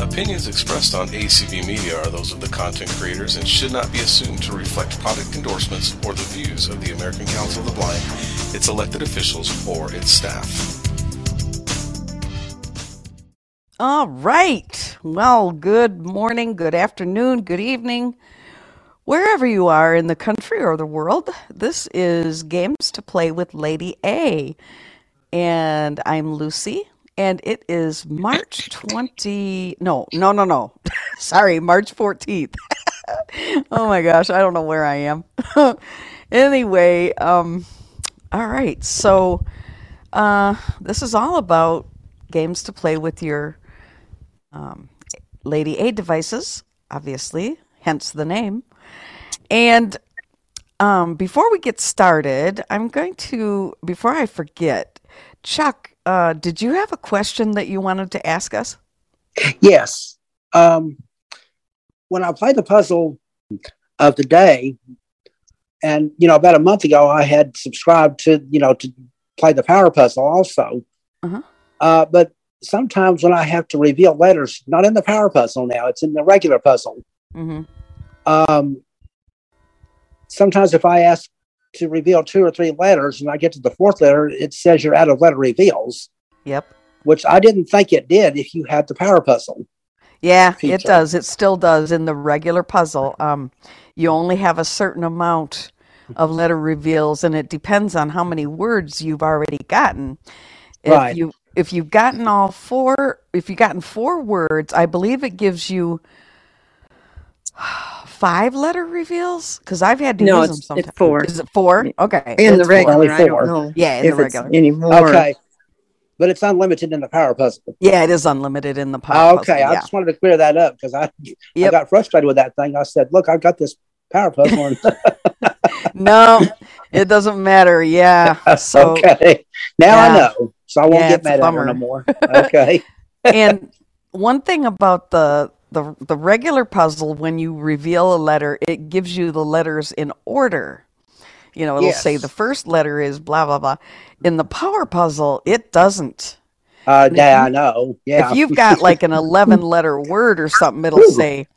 Opinions expressed on ACV Media are those of the content creators and should not be assumed to reflect product endorsements or the views of the American Council of the Blind, its elected officials, or its staff. All right. Well, good morning, good afternoon, good evening. Wherever you are in the country or the world, this is Games to Play with Lady A. And I'm Lucy, and it is March 20. No, no, no, no. Sorry, March 14th. oh my gosh, I don't know where I am. anyway, um, all right. So uh, this is all about games to play with your um, Lady A devices, obviously, hence the name. And um, before we get started, I'm going to, before I forget, Chuck, uh, did you have a question that you wanted to ask us? Yes. Um, when I played the puzzle of the day, and you know, about a month ago, I had subscribed to you know to play the power puzzle also. Uh-huh. Uh, but sometimes when I have to reveal letters, not in the power puzzle now, it's in the regular puzzle. Mm-hmm. Um, sometimes if I ask to reveal two or three letters and I get to the fourth letter, it says you're out of letter reveals, Yep. which I didn't think it did if you had the power puzzle. Yeah, it feature. does. It still does in the regular puzzle. Um, you only have a certain amount of letter reveals, and it depends on how many words you've already gotten. If Right. you if you've gotten all four, if you've gotten four words, I believe it gives you five letter reveals. Because I've had to No, use them it's, sometimes. it's four. Is it four? Okay. In the regular. it's four. Only regular, I four. don't know. Yeah, in if the it's regular. Anymore. Okay. But it's unlimited in the power puzzle. Yeah, it is unlimited in the Oh, puzzle. okay. I Yeah. just wanted to clear that up because I, Yep. I got frustrated with that thing. I said, look, I've got this power puzzle. And No, it doesn't matter. Yeah. So. okay. Now I Yeah. know. So I won't Yeah, get it's a mad at her bummer. no more. Okay. and one thing about the, the the regular puzzle when you reveal a letter it gives you the letters in order you know it'll say Yes. the first letter is blah blah blah in the power puzzle it doesn't Uh, if yeah, you- I know. Yeah. if you've got like an 11 letter word or something it'll say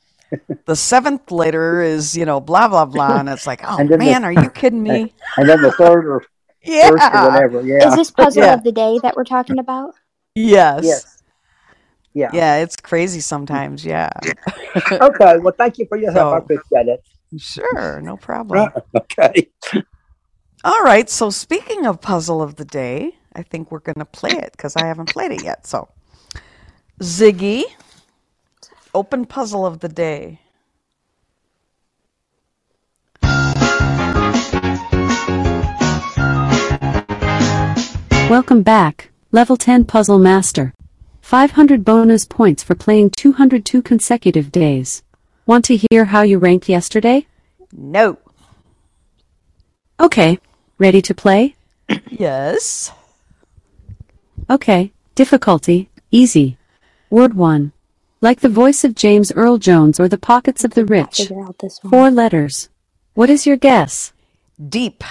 the seventh letter is you know blah blah blah and it's like oh And then the- man are you kidding me and then the third or first or yeah whatever. Yeah. Is this puzzle Yeah. of the day that we're talking about? yes Yes. Yeah. yeah it's crazy sometimes yeah Okay. Well, thank you for your help. I So- appreciate it. sure no problem Right. Okay. All right, so speaking of puzzle of the day, I think we're going to play it because I haven't played it yet. So, Ziggy, open puzzle of the day. Welcome back, Level 10 Puzzle Master. 500 bonus points for playing 202 consecutive days. Want to hear how you ranked yesterday? No. Okay. Ready to play? Yes. Okay. Difficulty easy. Word 1. Like the voice of James Earl Jones or the pockets of the rich. Figure out this one. Four letters. What is your guess? Deep.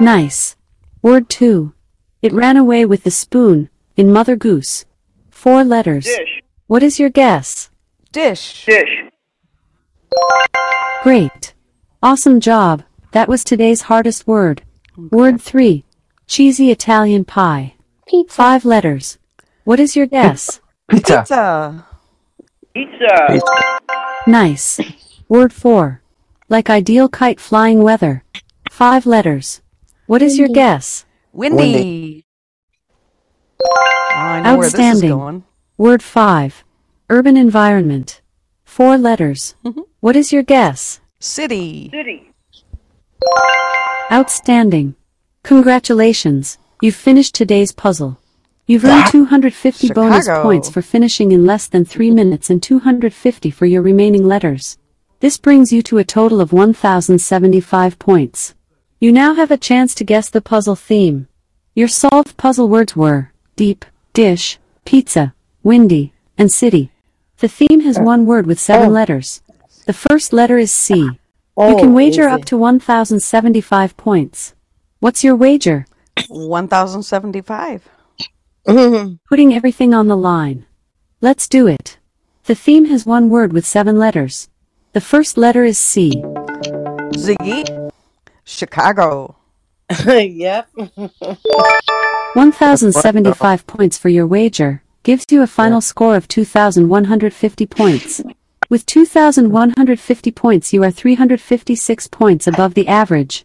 Nice. Word 2. It ran away with the spoon in Mother Goose. Four letters. What is your guess? Dish. Great. Awesome job. That was today's hardest word. Word 3. Cheesy Italian pie. Pizza. Five letters. What is your guess? Pizza. Pizza. nice. Word 4. Like ideal kite flying weather. Five letters. What is your Windy. guess? Windy. Oh, I know where this is Outstanding. going. Word 5. Urban environment. Four letters. Mm-hmm. What is your guess? City. Outstanding. Congratulations. You've finished today's puzzle. You've earned 250 bonus Chicago. points for finishing in less than 3 minutes and 250 for your remaining letters. This brings you to a total of 1075 points. You now have a chance to guess the puzzle theme. Your solved puzzle words were deep, dish, pizza, windy, and city. The theme has one word with 7 letters. The first letter is C. You can wager up to 1,075 points. What's your wager? 1075. Mhm. Putting everything on the line. Let's do it. The theme has one word with seven letters. The first letter is C. Ziggy, Chicago. yep. 1,075 points for your wager gives you a final score of 2,150 points. With 2,150 points, you are 356 points above the average.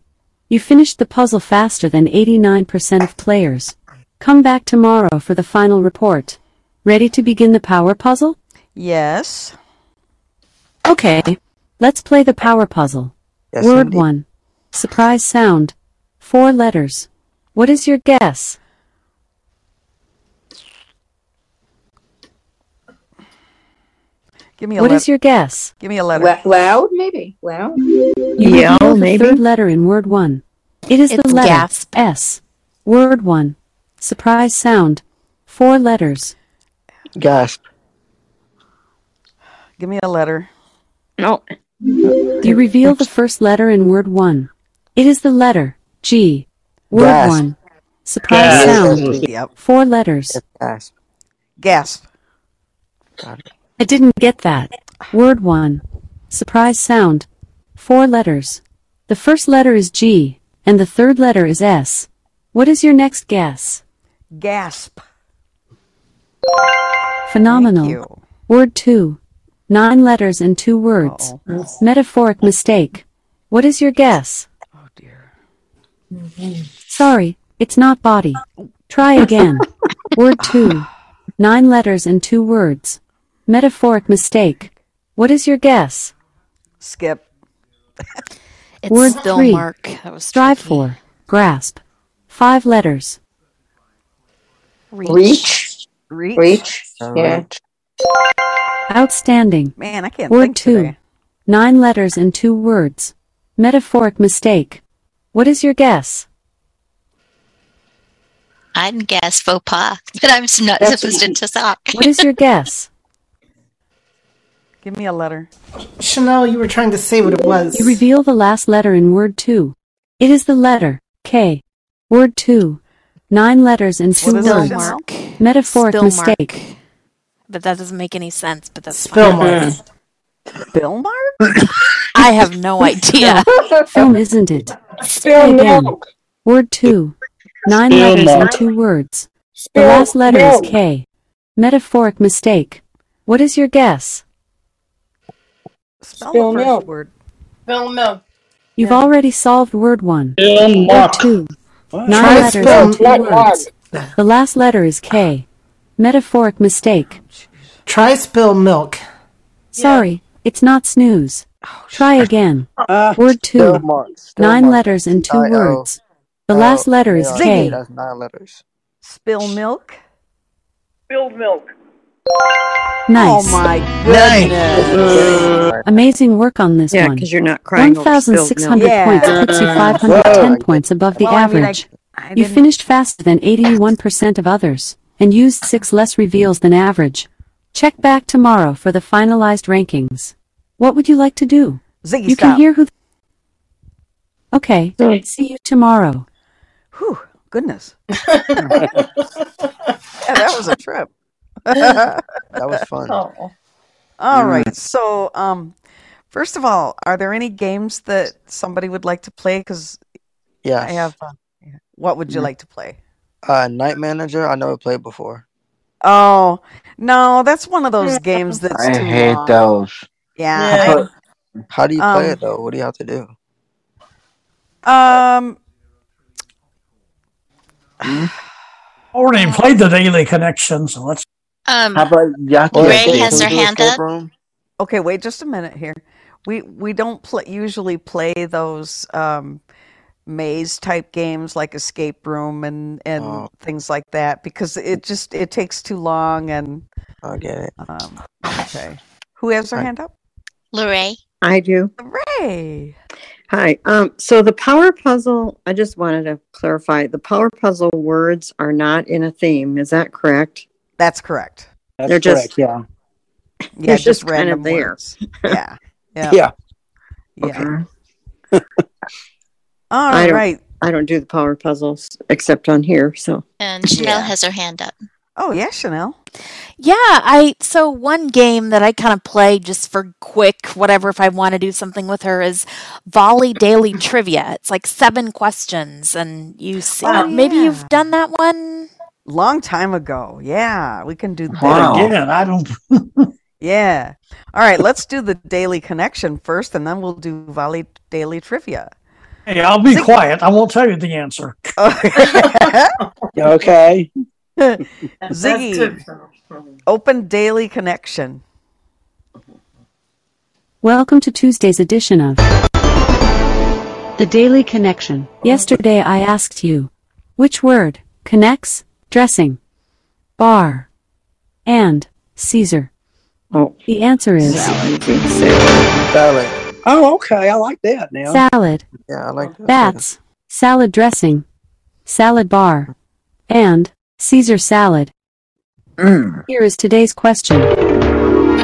You finished the puzzle faster than 89% of players. Come back tomorrow for the final report. Ready to begin the power puzzle? Yes. Okay. Let's play the power puzzle. Yes, Word indeed. 1. Surprise sound. Four letters. What is your guess? Give me a What letter. is your guess? Give me a letter. Lo- loud, maybe. Loud. You Yeah, reveal the maybe. third letter in word one. It is the It's letter gasp. S. Word one. Surprise sound. Four letters. Gasp. Give me a letter. No. You reveal the first letter in word one. It is the letter G. Word Gasp. one. Surprise Gasp. sound. Yep. Four letters. Gasp. Gasp. I didn't get that. Word one. Surprise sound. Four letters. The first letter is G, and the third letter is S. What is your next guess? Gasp. Phenomenal. Thank you. Word 2. Nine letters and two words. Metaphoric mistake. What is your guess? Oh dear. Sorry, it's not body. Try again. Word 2. Nine letters and two words. Metaphoric mistake. What is your guess? Skip. It's Word still three. Mark. That was Strive tricky. for. Grasp. Five letters. Reach. Reach. Reach. Reach. Yeah. Alright. Outstanding. Man, I can't Word think two. today. Nine letters and two words. Metaphoric mistake. What is your guess? I'd guess faux pas, but I'm not That's- supposed to talk. What is your guess? Give me a letter. Chanel, you were trying to say what it was. You reveal the last letter in word two. It is the letter K. Word two. Nine letters and two What is it? Still words. Mark. Mark. Metaphoric Still mistake. Mark. But that doesn't make any sense. But that's Spill fine. marks. Bill Mark? I have no idea. Film, isn't it? Spill Again. milk. Word two. Nine Spill letters and milk. two words. The Spill last letter is milk. K. Metaphoric mistake. What is your guess? Spell Spill the first milk. word. Spill milk. You've already solved word one. Spill Word milk. two. What? Nine Try letters spill and two milk. words. The last letter is K. Metaphoric mistake. Try spill milk. Sorry, it's not snooze. Try again. Uh, Word Still two. marks. Still Nine marks. letters and two I-O. words. The Oh, last letter is yeah, K. That's nine letters. Spill milk. Spilled milk. Oh Oh Nice. my goodness. Amazing work on this Yeah, one. because you're not crying. over spilled milk. 1,600 milk. points Yeah. puts you Whoa. 510 points above the Well, I mean, I- average. I You didn't- finished faster than 81% of others and used six less reveals than average. Check back tomorrow for the finalized rankings. What would you like to do? Ziggy, You stop. can hear who. Okay, see you tomorrow. Whew, goodness. yeah, that was a trip. That was fun. Mm. Oh. All right. So, um, first of all, are there any games that somebody would like to play? Because Yeah. I have. Uh, what Mm. would you like to play? Mm-hmm. uh, Night Manager. I never played before. Oh no, that's one of those games that's I too hate long. those. Yeah. Yeah. I- How do you play Um, it though? What do you have to do? um. Already played the Daily Connection, so let's. Um, How about you have to Well, Ray can- escape can has we her do hand escape up. Room? Okay, wait just a minute here. We we don't pl- usually play those um, maze type games like Escape Room and and Oh. things like that because it just it takes too long and I get it. um, okay. Who has their Right. hand up? Lorraine. I do. Ray. Hi. Um, so the power puzzle, I just wanted to clarify the power puzzle words are not in a theme. Is that correct? That's correct. that's They're just- correct, yeah. Yeah, It's just just kind random of there. words. Yeah. Yeah. Yeah. Yeah. Okay. All I don't- right. I don't do the power puzzles except on here. So And Chanel Yeah. has her hand up. Oh yeah, Chanel. Yeah, I so one game that I kind of play just for quick whatever if I want to do something with her is Volley Daily Trivia. It's like seven questions and you see Oh, maybe yeah. you've done that one. Long time ago. Yeah, we can do that. But Again, I don't. Yeah. All right, let's do the daily connection first and then we'll do volley daily trivia. Hey, I'll be quiet. I won't tell you the answer. okay. Ziggy, open daily connection. Welcome to Tuesday's edition of The Daily Connection. Yesterday I asked you which word connects dressing, bar, and Caesar. Oh. The answer is Salad. Oh, okay. I like that now. salad. Yeah, I like that. That's salad dressing, salad bar, and Caesar salad. Mm. Here is today's question It's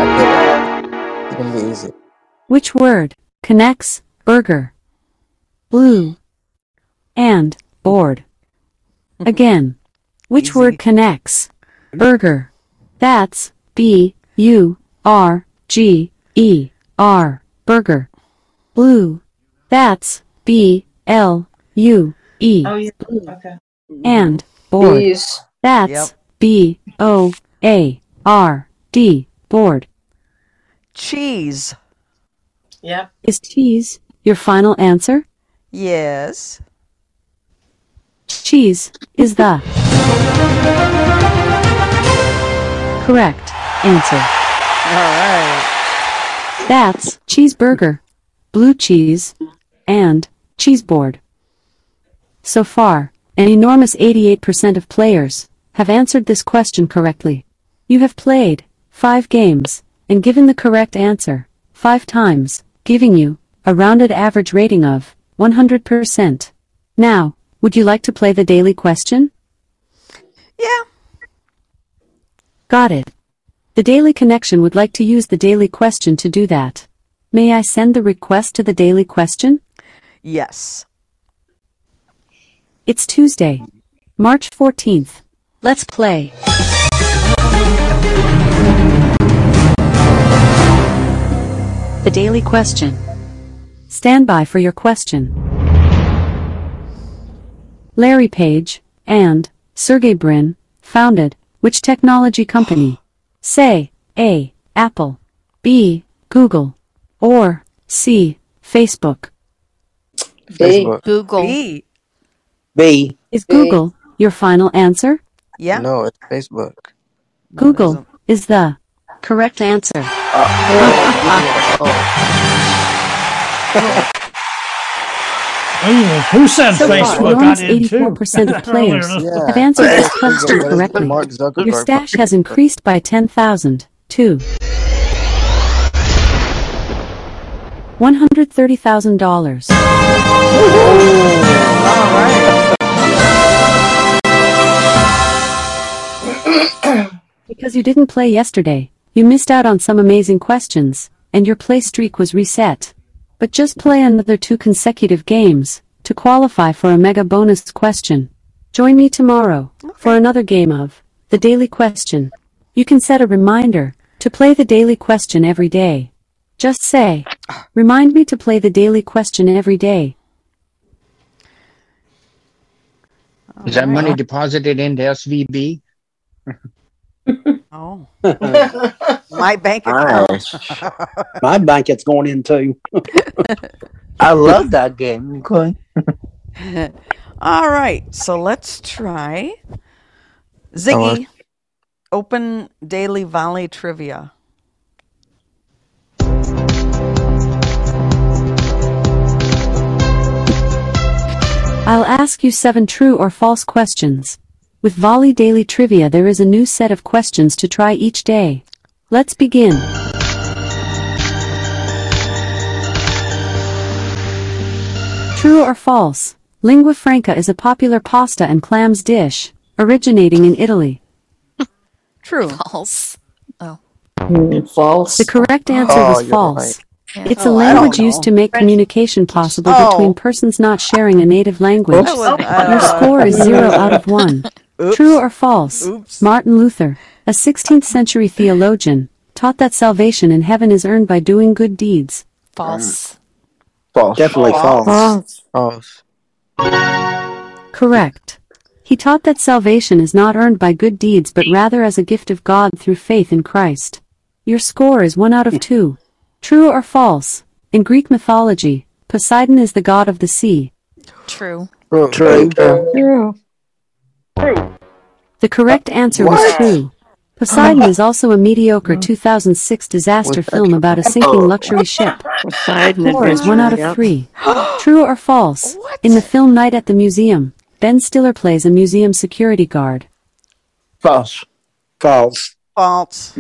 gonna be easy. Which word connects burger, blue, and board? Again, which word connects burger? That's B U R G E R, burger. Blue, that's B L U E Oh, yeah. Okay. and board. Bees. That's Yep. B O A R D board. Cheese. Yep. Is cheese your final answer? Yes. Cheese is the correct answer. All right. That's cheeseburger, blue cheese, and cheese board. So far, an enormous 88% of players have answered this question correctly. You have played five games and given the correct answer five times, giving you a rounded average rating of 100%. Now, would you like to play the daily question? Yeah. Got it. The Daily Connection would like to use the Daily Question to do that. May I send the request to the Daily Question? Yes. It's Tuesday, March 14th. Let's play. The Daily Question. Stand by for your question. Larry Page and Sergey Brin founded which technology company? Say A. Apple, B. Google, or C. Facebook. Facebook. Google. B. B. Is Google your final answer? Yeah. No, it's Facebook. Google is the correct answer. Uh, Oh. Ooh, who said So far, Facebook? I Almost did too. 84% of players Earlier. have answered this question correctly. Mark Zuckerberg. Your stash has increased by 10,000 to $130,000. Because you didn't play yesterday, you missed out on some amazing questions, and your play streak was reset. But just play another two consecutive games to qualify for a mega bonus question. Join me tomorrow for another game of The Daily Question. You can set a reminder to play The Daily Question every day. Just say, Remind me to play The Daily Question every day. Is that money deposited into SVB? Oh. My bank account. My blanket's going in too. I love that game. Okay. All right. So let's try Ziggy. Open daily volley trivia. I'll ask you seven true or false questions. With Volley Daily Trivia, there is a new set of questions to try each day. Let's begin. True or false? Lingua franca is a popular pasta and clams dish, originating in Italy. True. False. Oh. False. The correct answer Oh, was you're false. right. It's a Oh, I don't language know. used to make communication possible Oh. between persons not sharing a native language. Oops. That was- Your score is zero out of one. True or false? Martin Luther, a 16th century theologian, taught that salvation in heaven is earned by doing good deeds. False. False. Definitely false. False. False. Correct. He taught that salvation is not earned by good deeds but rather as a gift of God through faith in Christ. Your score is 1 out of 2. True or false? In Greek mythology, Poseidon is the god of the sea. True. True. True. True. The correct answer was What? true. Poseidon is also a mediocre 2006 disaster film about a sinking luxury ship. Poseidon Four is Adventure, one out of yep. three. True or false? In the film Night at the Museum, Ben Stiller plays a museum security guard. False. False. False.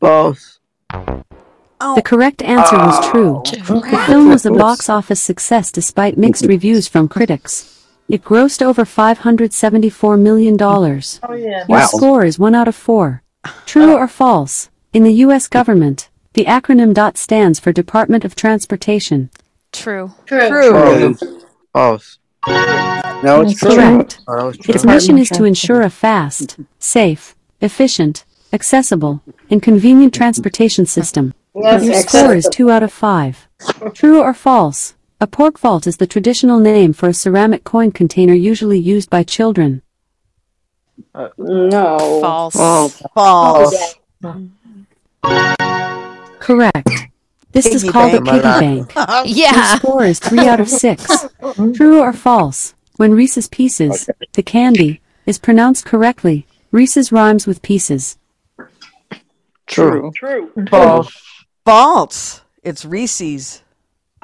False. The correct answer was true. The film was a box office success despite mixed reviews from critics. It grossed over $574 million. Oh, yeah. Your Wow. score is 1 out of 4. True or false? In the U.S. government, the acronym DOT stands for Department of Transportation. True. True. True. False. No, it's true. Correct. Oh, that was true. Its mission is to ensure a fast, safe, efficient, accessible, and convenient transportation system. Yes, Your score is accessible. 2 out of 5. True or false? A port vault is the traditional name for a ceramic coin container usually used by children. No. False. False. Oh, False. Correct. This is Piggy called bank. a piggy bank. Yeah. Your score is 3 out of 6. True or false? When Reese's Pieces, the candy, is pronounced correctly, Reese's rhymes with pieces. True. True. False. False. It's Reese's.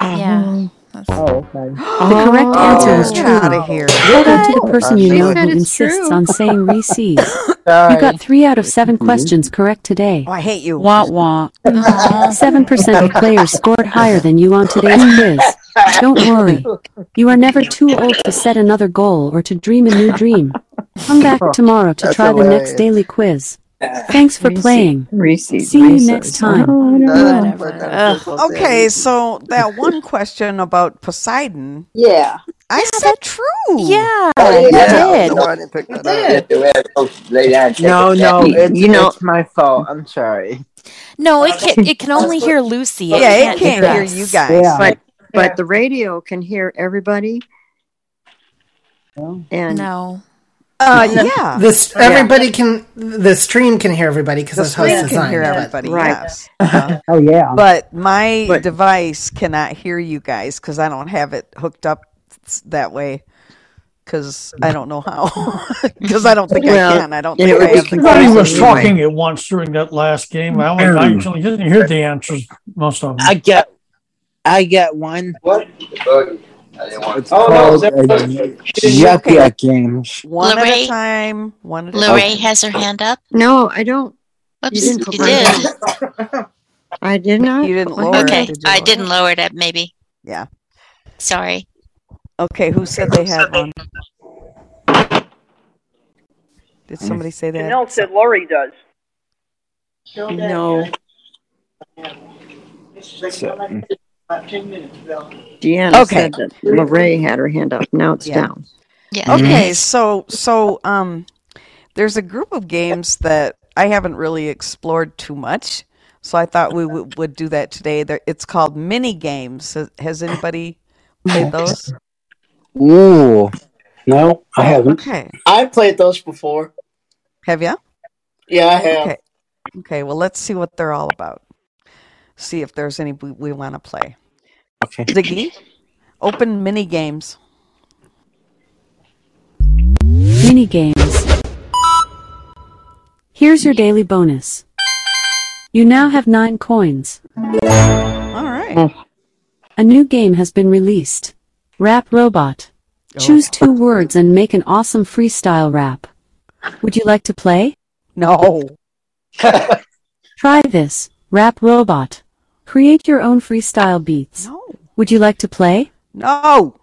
Yeah. Oh, okay. The correct answer was Oh. Get true. out of here. Hold on to the person you She know said who it's insists true. on saying receives. you got three out of seven questions correct today. Oh, I hate you. Wah wah. Seven percent of players scored higher than you on today's quiz. Don't worry. You are never too old to set another goal or to dream a new dream. Come back tomorrow to That's try the next hilarious. daily quiz. Thanks for Reese's- playing. Reese's See you Pieces. next time. Oh, no. Okay, so that one question about Poseidon. Yeah. I said true. Oh, Yeah. did. No, I didn't pick that up. No, no, it's- you know, it's my fault. I'm sorry. No, Uh, it can it can only hear Lucy. Yeah, it can't hear you guys. Yeah. But but the radio can hear everybody. And no. Uh, This everybody can. The stream can hear everybody because The that's how it's screen can designed. hear but- everybody. Yes. Oh Um, yeah. But my device cannot hear you guys because I don't have it hooked up s- that way. Because I don't know how. Because I don't think I Well, can. I don't it think would I be have the Everybody was capacity. talking at once during that last game. I, only, I actually didn't hear the answers, most of them. I got, I got one. What? It's Oh, no, called that a Yucca Games. One at Lorraine? a time. One at a Lorraine time. has her hand up. No, I don't. Oops, didn't you put my hand did. I did not. You didn't put my lower hand Okay, up. I didn't lower it up. Maybe. Yeah. Sorry. Okay, who said they had one? Did somebody say that? Janelle said Lori does. No. Deanna Okay. said that Lorraine had her hand up. Now it's Yeah. down. Mm-hmm. Okay, Mm-hmm. so so um there's a group of games that I haven't really explored too much. So I thought we w- would do that today. There, it's called mini games. Has- Has anybody played those? Ooh. No, I haven't. Oh, Okay. I played those before. Have you? Yeah, I have. Okay. Okay, well let's see what they're all about. See if there's any we, we want to play. Okay. Ziggy, open mini games. Mini games. Here's your daily bonus. You now have nine coins. All right. A new game has been released. Rap Robot. Oh. Choose two words and make an awesome freestyle rap. Would you like to play? No. Try this, Rap Robot. Create your own freestyle beats. Would you like to play? No.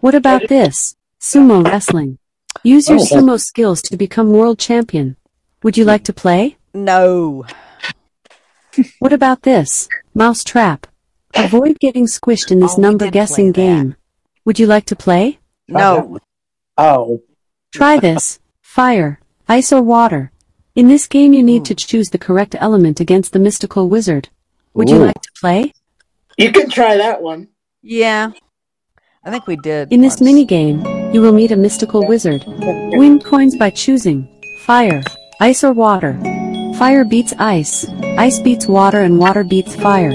What about this? Sumo wrestling. Use your Oh. sumo skills to become world champion. Would you like to play? No. What about this? Mouse trap. Avoid getting squished in Oh, this number guessing game. Would you like to play? No. Oh. Try this. Fire, ice or water. In this game, you need to choose the correct element against the mystical wizard. Would you Ooh. like to play? You can try that one. Yeah. I think we did. In this minigame, you will meet a mystical wizard. Win coins by choosing fire, ice, or water. Fire beats ice, ice beats water, and water beats fire.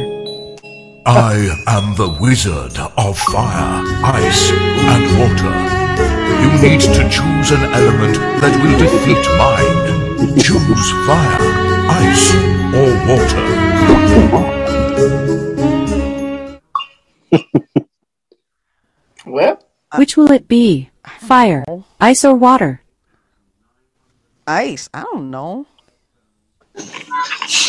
I am the wizard of fire, ice, and water. You need to choose an element that will defeat mine. Choose fire, ice, or water. Well, Which will it be? Fire, ice, or water? Ice. I don't know.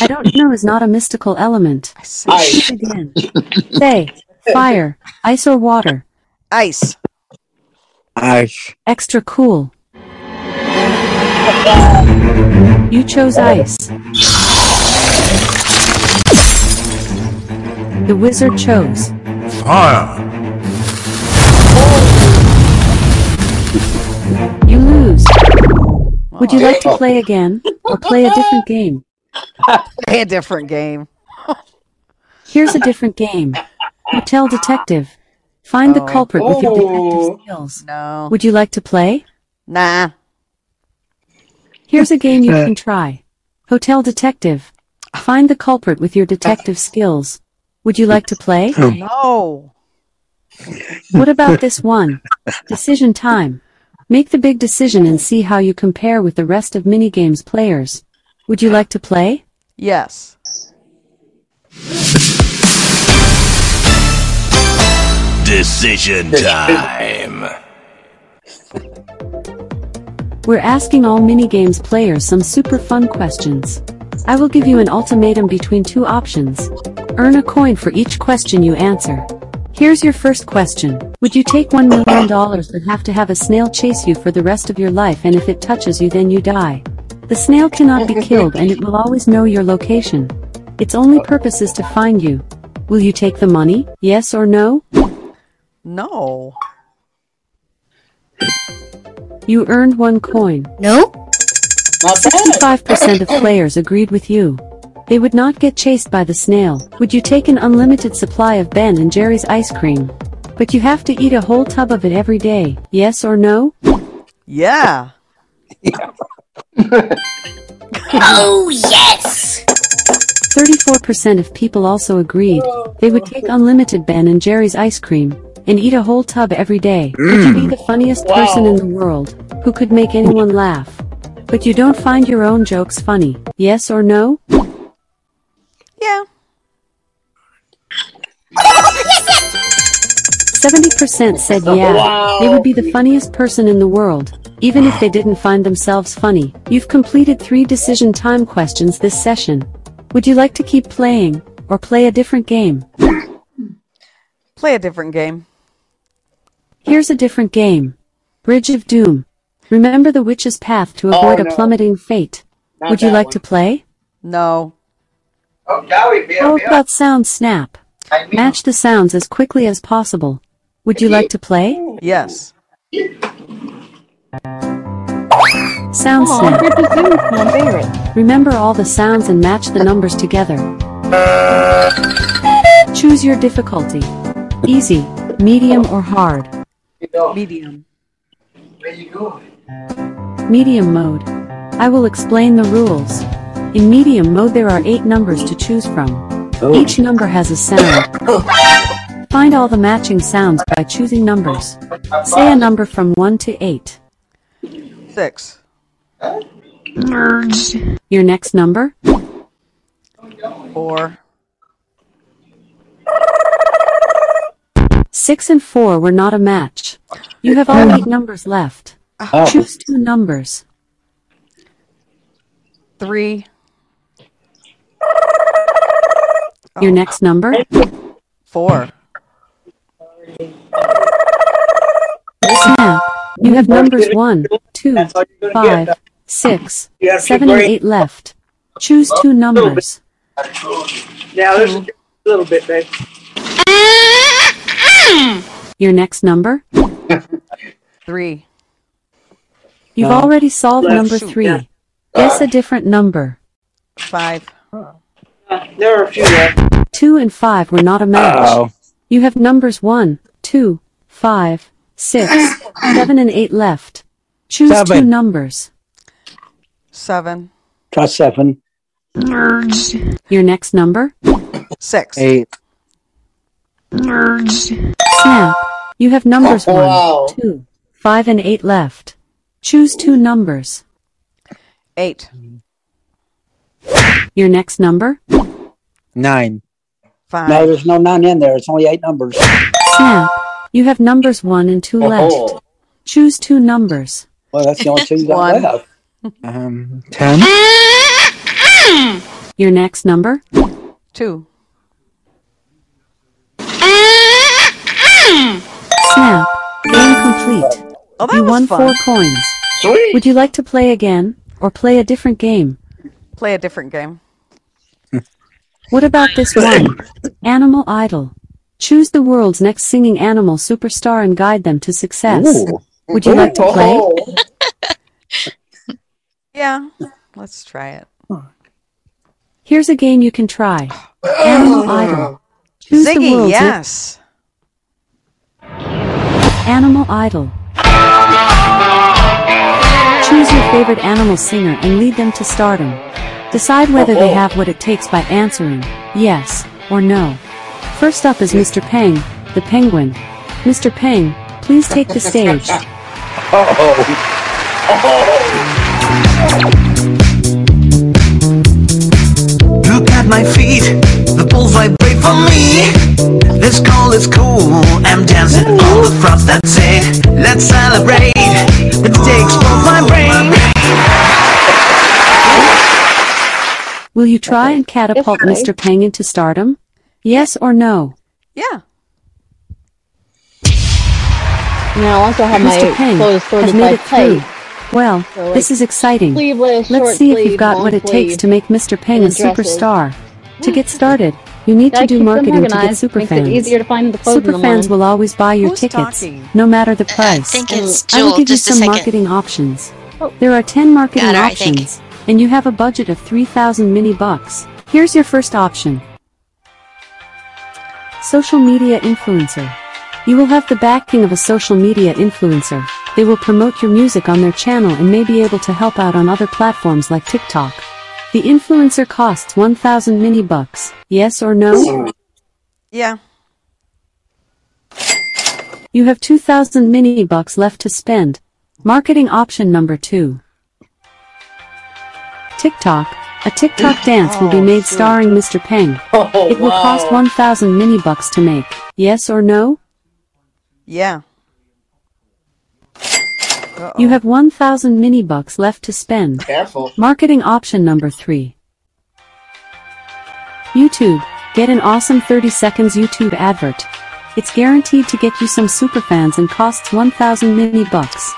I don't know is not a mystical element. Ice. Again. Say, fire, ice, or water. Ice. Ice. Extra cool. You chose ice. The wizard chose Fire, You lose. Would you like to play again or play a different game? Play a different game. Here's a different game. Hotel Detective. Find the Oh. culprit with your Oh. detective skills. No. Would you like to play? Nah. Here's a game you can try. Hotel Detective. Find the culprit with your detective skills. Would you like to play? Um. No. What about this one? Decision time. Make the big decision and see how you compare with the rest of minigames players. Would you like to play? Yes. Decision time. We're asking all minigames players some super fun questions. I will give you an ultimatum between two options. Earn a coin for each question you answer. Here's your first question. Would you take $1 million but have to have a snail chase you for the rest of your life and if it touches you then you die? The snail cannot be killed and it will always know your location. Its only purpose is to find you. Will you take the money? Yes or no? No. You earned one coin. No. 65% of players agreed with you. They would not get chased by the snail. Would you take an unlimited supply of Ben and Jerry's ice cream? But you have to eat a whole tub of it every day, yes or no? Yeah. Oh, yes! 34% of people also agreed. They would take unlimited Ben and Jerry's ice cream and eat a whole tub every day. Would you be the funniest person in the world who could make anyone laugh? But you don't find your own jokes funny, yes or no? Yeah. 70% said yeah. Wow. They would be the funniest person in the world, even if they didn't find themselves funny. You've completed three decision time questions this session. Would you like to keep playing, or play a different game? Play a different game. Here's a different game Bridge of Doom. Remember the witch's path to Oh, avoid no. a plummeting fate. Not would you that like one. to play? No. Oh, now we How about Sound Snap? Match the sounds as quickly as possible. Would you like to play? Yes. Sound Oh, Snap. Bridge of Doom is my favorite. Remember all the sounds and match the numbers together. Choose your difficulty easy, medium, or hard. Medium. Where you going? Medium mode. I will explain the rules. In medium mode, there are eight numbers to choose from. Each number has a sound. Find all the matching sounds by choosing numbers. Say a number from 1 to 8. Six. Nerds. Your next number? Four. 6 and 4 were not a match. You have Hmm. all 8 numbers left. Choose two numbers. Three. Your next number? Oh. Four. Snap. You have numbers 1, 2, 5, 6, You have to 7, and break. 8 left. Choose two numbers. Now there's a little bit, babe. Your next number? Three. You've No. already solved Left number shoot, 3. yeah. Guess a different number. Five. There are a few left. Two and five were not a match. Oh. You have numbers one, two, five, six, seven, and eight left. Choose two Seven. numbers. Seven. Try seven. Nerds. Your next number? Six. Eight. Nerds. Snap. You have numbers Oh, wow. one, two, five, and eight left. Choose two numbers. Eight. Your next number? Nine. Five. No, there's no nine in there. It's only eight numbers. Snap. You have numbers one and two Oh. left. Choose two numbers. Well, that's the only two you got One. left. Um, ten. Your next number? Two. Snap. Game complete. Oh, that you was won fun. four coins. Sweet. Would you like to play again or play a different game? Play a different game. What about this one? Animal Idol. Choose the world's next singing animal superstar and guide them to success. Ooh. Oh. Would you like to play? Oh. Yeah. Let's try it. Here's a game you can try. Animal Idol. Choose the Ziggy, world's yes. Animal Idol. Choose your favorite animal singer and lead them to stardom. Decide whether they have what it takes by answering yes or no. First up is Mr. Peng, the penguin. Mr. Peng, please take the stage. Look at my feet, the poles vibrate for me. This call is cool, I'm dancing all across, that's it. Let's celebrate, let's explode my brain. Will you try and catapult Yes, I- Mr. Peng into stardom? Yes or no? Yeah. Now I also have Mr. my Peng clothes has sorted made by it through. type. Well, So, like, this is exciting. sleeveless, short Let's see if sleeve, you've got long what it sleeve, takes to make Mr. Peng a and dresses. superstar. To get started, you need Gotta to do keep them marketing to get organized, makes it superfans. easier to find the clothes in the Superfans morning. will always buy your Who's tickets, talking? no matter the price. think it's I will Joel, give you just a some second. marketing options. Oh. There are 10 marketing Got her, I think. options, and you have a budget of 3,000 mini bucks. Here's your first option. Social media influencer. You will have the backing of a social media influencer. They will promote your music on their channel and may be able to help out on other platforms like TikTok. The influencer costs 1000 mini bucks. Yes or no? Yeah. You have 2000 mini bucks left to spend. Marketing option number 2. TikTok. A TikTok dance will be made starring Mr. Peng. it will cost wow. 1000 mini bucks to make. Yes or no? Yeah. You have 1,000 mini bucks left to spend. Careful. Marketing option number three. YouTube. Get an awesome 30 seconds YouTube advert. It's guaranteed to get you some superfans and costs 1,000 mini bucks.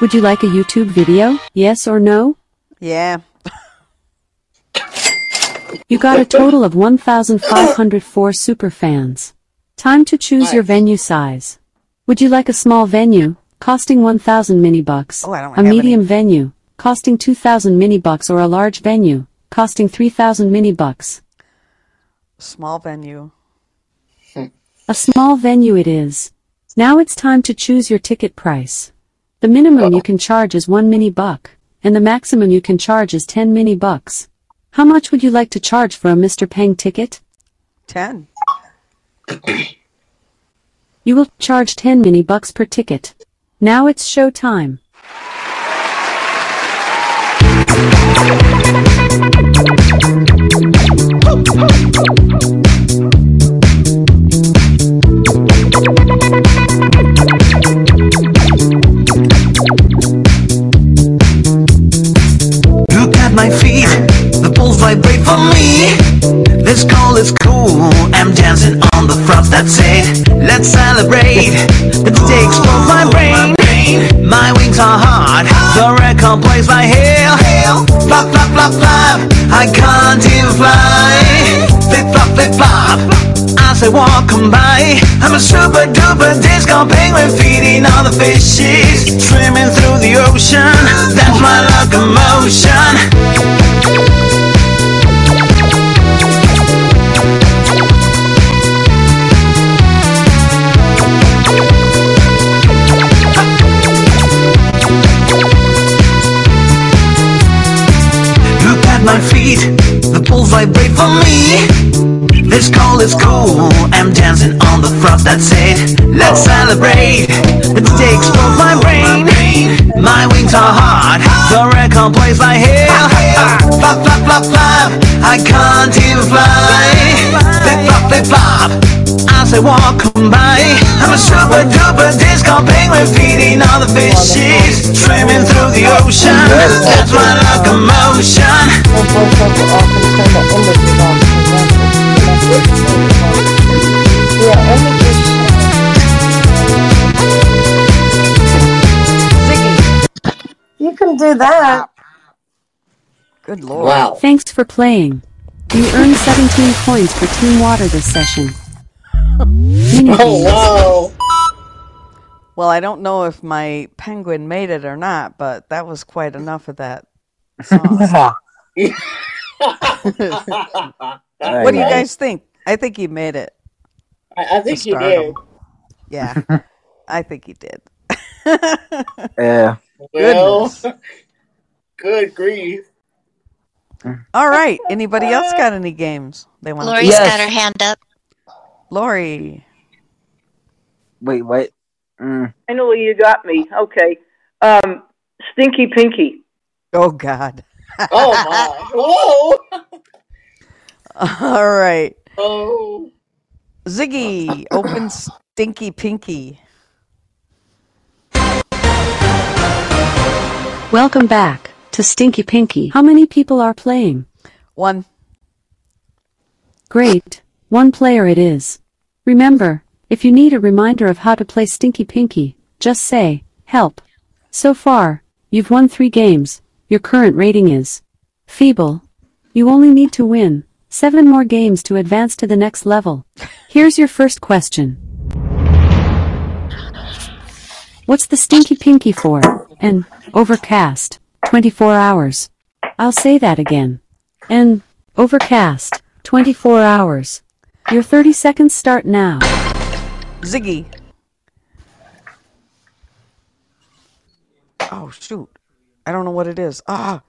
Would you like a YouTube video? Yes or no? Yeah. You got a total of 1,504 superfans. Time to choose your venue size. Would you like a small venue, costing 1,000 mini bucks, Oh, I don't a have any. medium venue, costing 2,000 mini bucks, or a large venue, costing 3,000 mini bucks? Small venue. A small venue it is. Now it's time to choose your ticket price. The minimum you can charge is 1 mini buck, and the maximum you can charge is 10 mini bucks. How much would you like to charge for a Mr. Peng ticket? Ten. You will charge 10 mini bucks per ticket. Now it's show time. Look at my feet, the poles vibrate for me. This call is cool, I'm dancing on the front, that's it. Let's celebrate, let's explode my brain. My wings are hard, the record plays my hail. Flop, flop, flop, flop, I can't even fly. Flip, flop, flip, flop, I as they walk on by. I'm a super duper disco penguin feeding all the fishes, swimming through the ocean. That's my locomotion. Look at my feet, the poles vibrate for me. This call is cool, I'm dancing on the front, that's it. Let's celebrate, the stakes for my brain. My wings are hard, the record plays like hell. Flop, flop, flop, flop, I can't even fly. Flip, flop, flip, flop, as they walk on by. I'm a super duper disco penguin feeding all the fishes, swimming through the ocean. That's my locomotion. You can do that. Good lord. Wow. Thanks for playing. You earned 17 coins for Team Water this session. Oh, Mini games. Well, I don't know if my penguin made it or not, but that was quite enough of that. song. what do you guys think? I think he made it. I, I think To you did. stardom. Yeah, I think he did. Yeah. Well, good grief. All right. Anybody else got any games they want? Lori's to got her hand up. Lori. Wait, wait. Mm. Finally, you got me. Okay. Um, Stinky Pinky. Oh God. Oh my! Whoa! All right. Oh, Ziggy, open Stinky Pinky. Welcome back to Stinky Pinky. How many people are playing? One. Great. One player it is. Remember, if you need a reminder of how to play Stinky Pinky, just say, help. So far, you've won three games. Your current rating is feeble. You only need to win seven more games to advance to the next level. Here's your first question. What's the stinky pinky for? An overcast. 24 hours. I'll say that again. An overcast. 24 hours. Your 30 seconds start now. Ziggy. Oh shoot. I don't know what it is. Ah.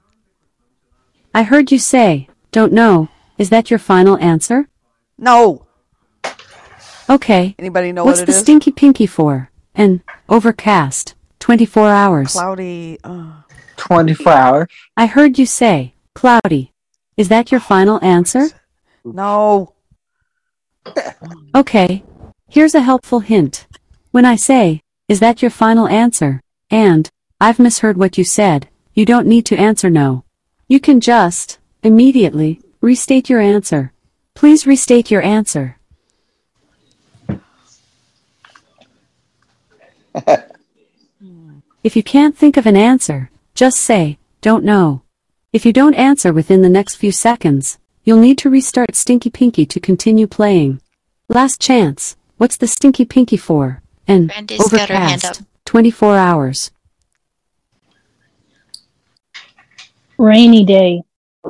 I heard you say, don't know. Is that your final answer? No. Okay. Anybody know What's what it the is? stinky pinky for? An overcast. 24 hours. Cloudy. Uh, 24 hours. I heard you say, cloudy. Is that your final answer? No. Okay. Here's a helpful hint. When I say, is that your final answer? And, I've misheard what you said, you don't need to answer no. You can just, immediately, restate your answer. Please restate your answer. if you can't think of an answer, just say, don't know. If you don't answer within the next few seconds, you'll need to restart Stinky Pinky to continue playing. Last chance. What's the Stinky Pinky for? And Brandy's got her hand overcast. 24 hours. Rainy day.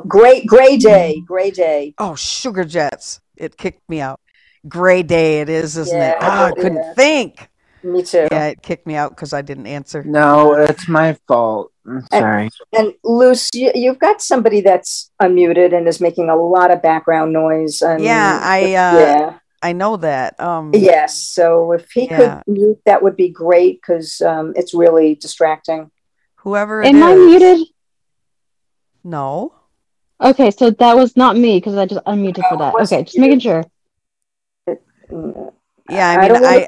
great gray day. Gray day. Oh, sugar jets. It kicked me out. Gray day it is, isn't Yeah, it? Ah, I it couldn't is. think. Me too. Yeah, it kicked me out because I didn't answer. No, it's my fault. I'm Eh. sorry. And Luce, you, you've got somebody that's unmuted and is making a lot of background noise. And Yeah, I uh, yeah. I know that. Um, Yes, so if he Yeah. could mute, that would be great because um, it's really distracting. Whoever it Am I is- muted? No. Okay, so that was not me because I just unmuted for that. Okay, just making sure. Mm, Yeah, I I mean, don't I, wanna-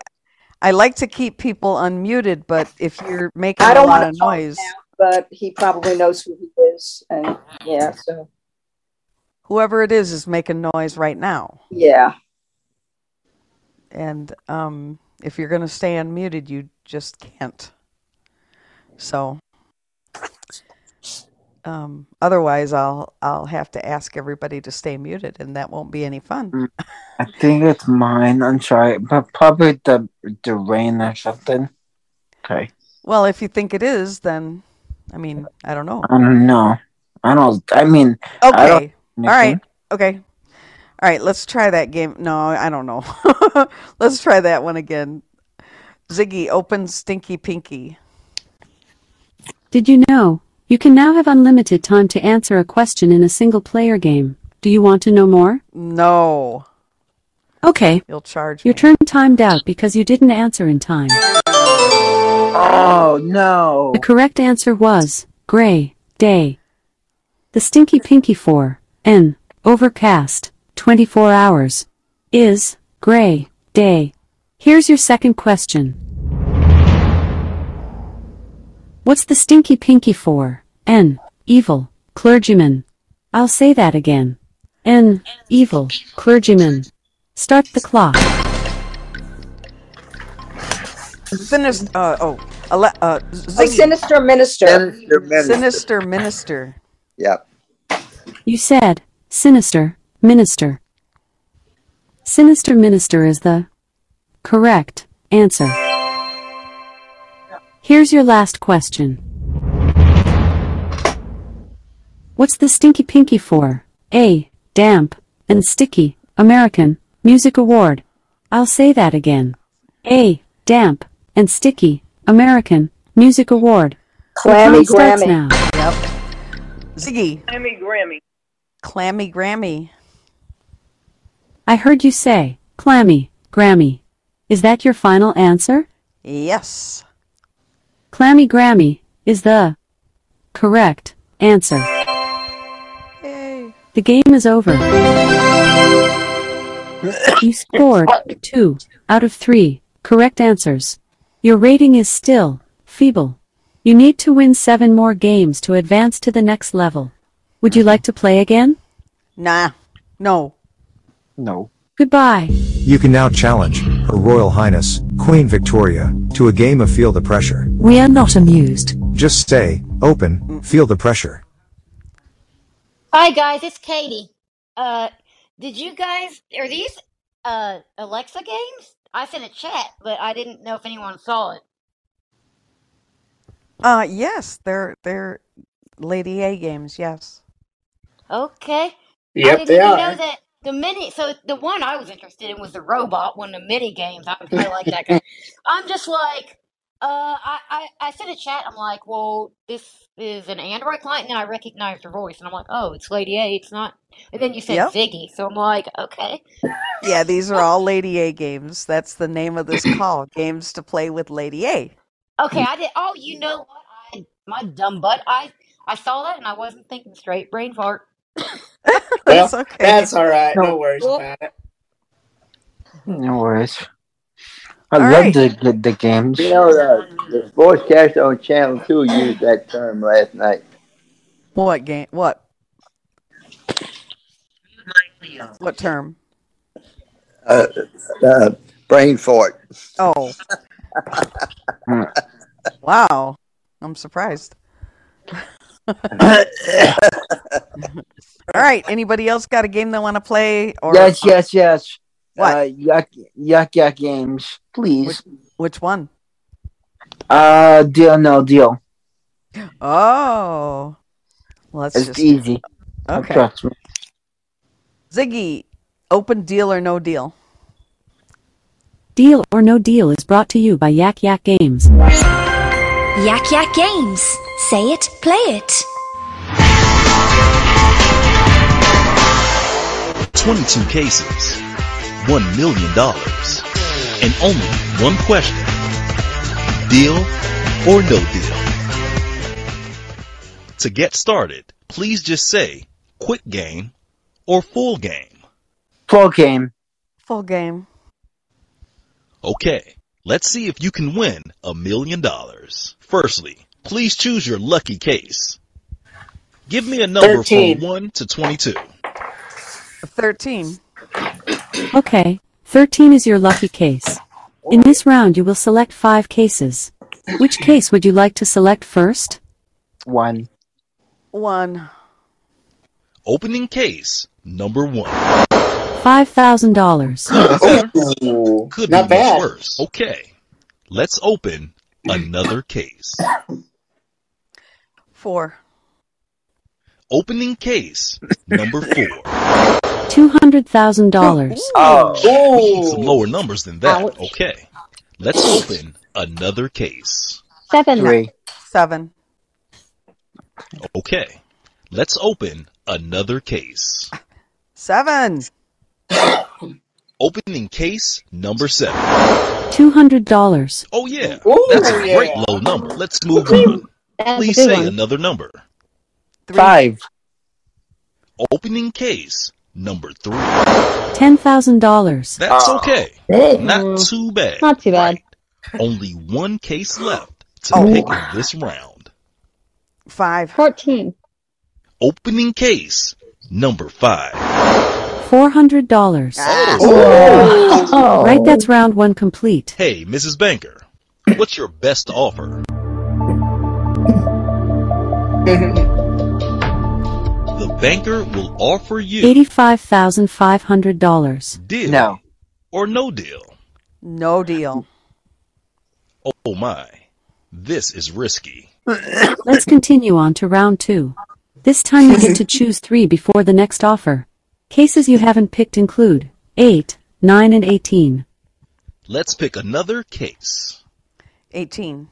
I like to keep people unmuted, but if you're making I a don't lot want of to talk noise, now, but he probably knows who he is, and yeah, so whoever it is is making noise right now. yeah, And um, if you're going to stay unmuted, you just can't. So, Um, otherwise, I'll I'll have to ask everybody to stay muted, and that won't be any fun. I think it's mine. I'm sorry, but probably the the rain or something. Okay. Well, if you think it is, then I mean, I don't know. I don't know. I don't. I mean. Okay. I don't- All right. Okay. All right. Let's try that game. No, I don't know. let's try that one again. Ziggy, open Stinky Pinky. Did you know? You can now have unlimited time to answer a question in a single player game. Do you want to know more? No. Okay. You'll charge. Your turn timed out because you didn't answer in time. Oh no. The correct answer was gray day. The stinky pinky 4 n overcast 24 hours is gray day. Here's your second question. What's the stinky pinky 4 n evil clergyman? I'll say that again. N evil clergyman. Start the clock. Sinister. Uh, oh. Ele- Oh, uh, Ziggy. sinister minister. Sinister Sinister minister. You said, sinister, minister. Sinister minister is the correct answer. Here's your last question. What's the stinky pinky for? A. Damp and sticky American Music Award. I'll say that again. A. Damp and sticky American Music Award. Your Clammy time starts Grammy. now. Ziggy. Clammy Grammy. Clammy Grammy. I heard you say, Clammy, Grammy. Is that your final answer? Yes. Clammy Grammy is the correct answer. The game is over. You scored two out of three correct answers. Your rating is still feeble. You need to win seven more games to advance to the next level. Would you like to play again? Nah. No. No. Goodbye. You can now challenge Her Royal Highness, Queen Victoria, to a game of Feel the Pressure. We are not amused. Just stay, open, feel the pressure. Hi guys, it's Katie. Uh, did you guys are these uh Alexa games? I sent a chat, but I didn't know if anyone saw it. Uh, yes. They're they're Lady A games. Yes. Okay. I Yep, didn't they even are. know that the mini. So the one I was interested in was the robot one, of the mini games. I'm kind of like that guy. I'm just like, uh, I, I I sent a chat. I'm like, well, this is an Android client, and then I recognized her voice, and I'm like, oh, it's Lady A. It's not. And then you said Yep. Ziggy, so I'm like, okay. Yeah, these are all Lady A games. That's the name of this call. Games to play with Lady A. Okay, I did. Oh, you know what? I my dumb butt. I I saw that and I wasn't thinking straight. Brain fart. That's okay. That's all right. No worries about it. No worries. I All love right. the, the the games. You know, the, uh, the broadcast on Channel 2 used that term last night. What game? What? What term? Uh, uh, brain fart. Oh, wow. I'm surprised. All right. Anybody else got a game they want to play? Or yes, yes, yes. What? Uh, yuck, yuck, yuck games, please. Which, which one? Uh, deal, no deal. Oh, let's It's just easy. Okay. Trust me. Ziggy, open deal or no deal? Deal or No Deal is brought to you by Yak Yak Games. Yak Yak Games. Say it, play it. 22 cases, $1 million, and only one question. Deal or no deal? To get started, please just say quick game or full game. Full game. Full game. Okay, let's see if you can win a million dollars. Firstly, please choose your lucky case. Give me a number 13. from 1 to 22. 13. Okay, 13 is your lucky case. In this round, you will select five cases. Which case would you like to select first? One. One. Opening case number one. $5,000. Could Not be much bad. worse. Okay. Let's open another case. Four. Opening case number four. $200,000. Oh. We need some lower numbers than that. Okay. Let's open another case. Seven. Three. Seven. Okay. Let's open another case. Seven. Opening case number seven. $200. Oh yeah, that's a great low number. Let's move on. That's a Please good say one. another number. Five. Opening case number three. $10,000. That's okay. Not too bad. Not too bad. Only one case left to Oh. pick in this round. Five. Fourteen. Opening case number five. $400. Oh. Right, that's round one complete. Hey, Mrs. Banker, what's your best offer? The banker will offer you $85,500. deal no. or no deal. No deal. Oh my, this is risky. Let's continue on to round two. This time you get to choose three before the next offer. Cases you haven't picked include 8, 9, and 18. Let's pick another case. 18.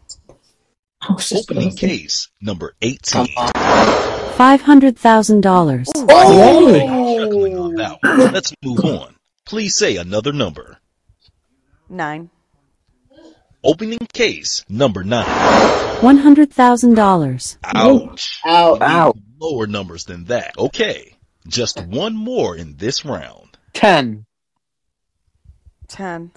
Opening case number 18. $500,000. Oh, Chuckling on that one. Oh. Let's move on. Please say another number. Nine. Opening case number 9. $100,000. Ouch. Ow, ow. Lower numbers than that. Okay. Just one more in this round. 10. Ten.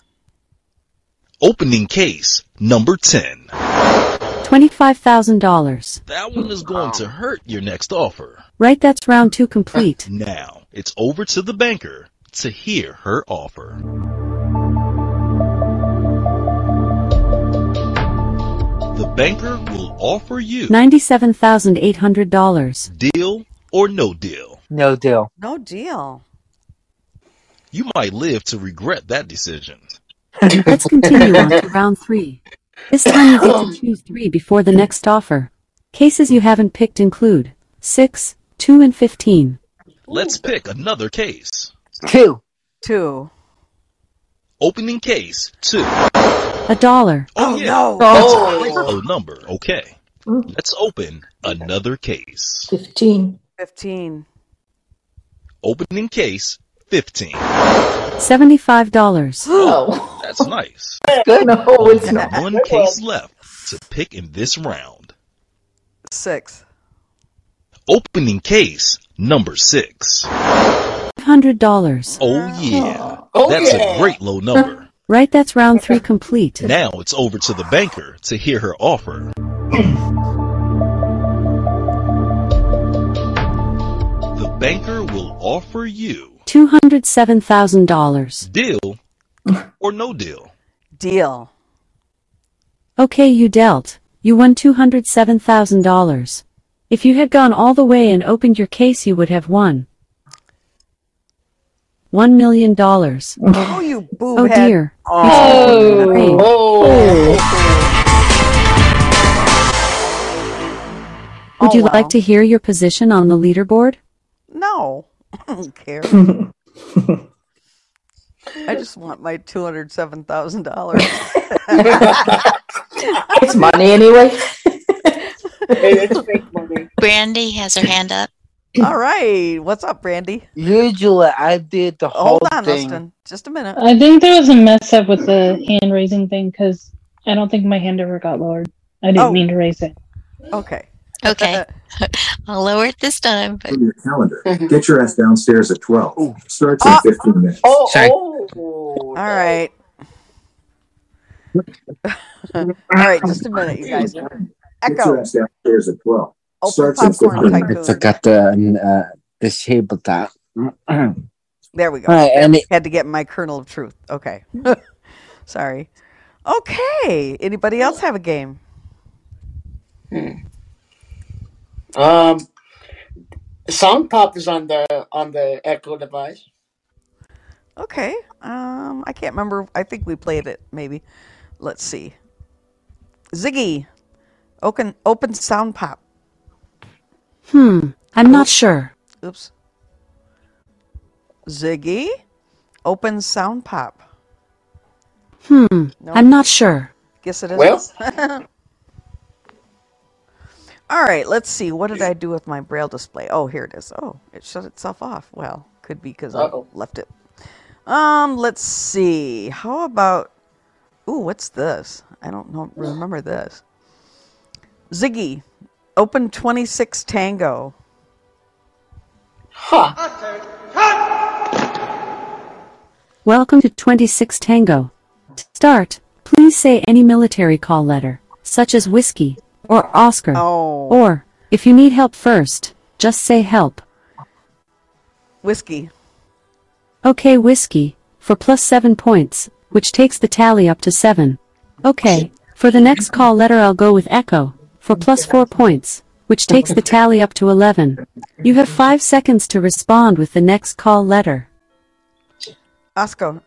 Opening case number 10. $25,000. That one is going to hurt your next offer. Right, that's round two complete. Now, it's over to the banker to hear her offer. The banker will offer you $97,800. deal or no deal. No deal. No deal. You might live to regret that decision. Let's continue on to round three. This time you get to choose three before the next offer. Cases you haven't picked include 6, 2, and 15. Let's pick another case. Two. Two. Opening case two. A dollar. Oh, no! Mm. That's a Oh. great low number. Okay. Let's open another case. 15. 15. Opening case fifteen. $75. That's nice. Oh. Good. No, it's Only One case left to pick in this round. Six. Opening case number six. $500. Oh yeah. That's a great low number. Right, that's round three complete. Now it's over to the banker to hear her offer. The banker will offer you $207,000. deal or no deal. Deal. Okay, you dealt. You won $207,000. If you had gone all the way and opened your case, you would have won. $1 million. Oh, you Oh boobhead. dear. Oh. Would you like to hear your position on the leaderboard? No. I don't care. I just want my $207,000. It's money anyway. Brandy has her hand up. All right. What's up, Brandy? Usually I did the whole Hold on, thing. Austin. Just a minute. I think there was a mess up with the hand raising thing because I don't think my hand ever got lowered. I didn't Oh. mean to raise it. Okay. Okay. I'll lower it this time. But... Your calendar. Get your ass downstairs at 12. Starts in 15 minutes. oh. Oh. All right. All right. Just a minute, you guys. Get your Echo. ass downstairs at 12. Open Starts in popcorn 15 I minutes. forgot to um, uh, disable that. There we go. All right, and it- Had to get my kernel of truth. Okay. Sorry. Okay. Anybody else have a game? Um, Sound pop is on the on the Echo device. Okay. Um, I can't remember. I think we played it, maybe. Let's see. Ziggy, open, open sound pop. Hmm, I'm not sure. Oops. Ziggy, open sound pop. Hmm, No. I'm not sure. Guess it Well. is. All right, let's see. What did I do with my braille display? Oh, here it is. Oh, it shut itself off. Well, could be because I Uh-oh. left it. Um, let's see. How about? Ooh, what's this? I don't know. Remember this? Ziggy, open twenty six Tango. Huh. Welcome to 26 Tango. To start, please say any military call letter, such as whiskey or Oscar. Or, if you need help first, just say help. Whiskey. Okay, whiskey, for plus 7 points, which takes the tally up to 7. Okay, for the next call letter, I'll go with echo, for plus 4 points, which takes the tally up to 11. You have 5 seconds to respond with the next call letter. Osco.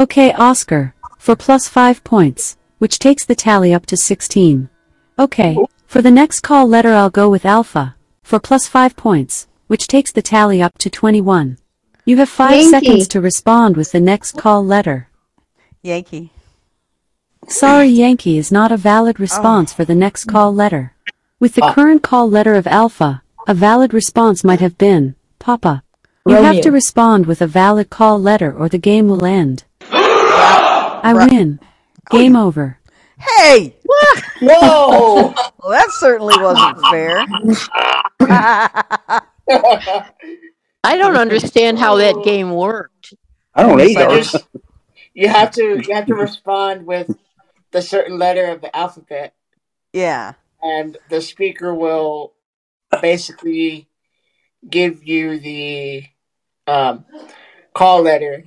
Okay, Oscar, for plus 5 points, which takes the tally up to 16. Okay, for the next call letter I'll go with Alpha, for plus 5 points, which takes the tally up to 21. You have 5 Yankee. seconds to respond with the next call letter. Yankee. Sorry, Yankee is not a valid response for the next call letter. With the current call letter of Alpha, a valid response might have been, Papa. You have Romeo. to respond with a valid call letter or the game will end. I win. Game over. Hey! Whoa! well, that certainly wasn't fair. I don't understand how that game worked. I don't It's either. like just- you have to you have to respond with the certain letter of the alphabet, Yeah. and the speaker will basically give you the um, call letter